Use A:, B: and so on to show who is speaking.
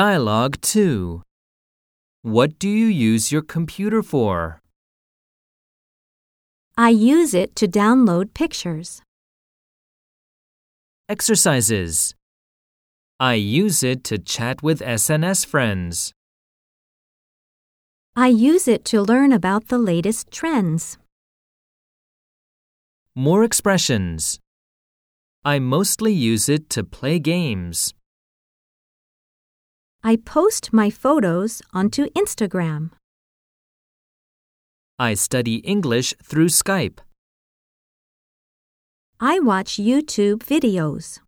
A: Dialogue 2 What do you use your computer for?
B: I use it to download pictures.
A: Exercises. I use it to chat with SNS friends.
B: I use it to learn about the latest trends.
A: More expressions. I mostly use it to play games.
B: I post my photos onto Instagram.
A: I study English through Skype.
B: I watch YouTube videos.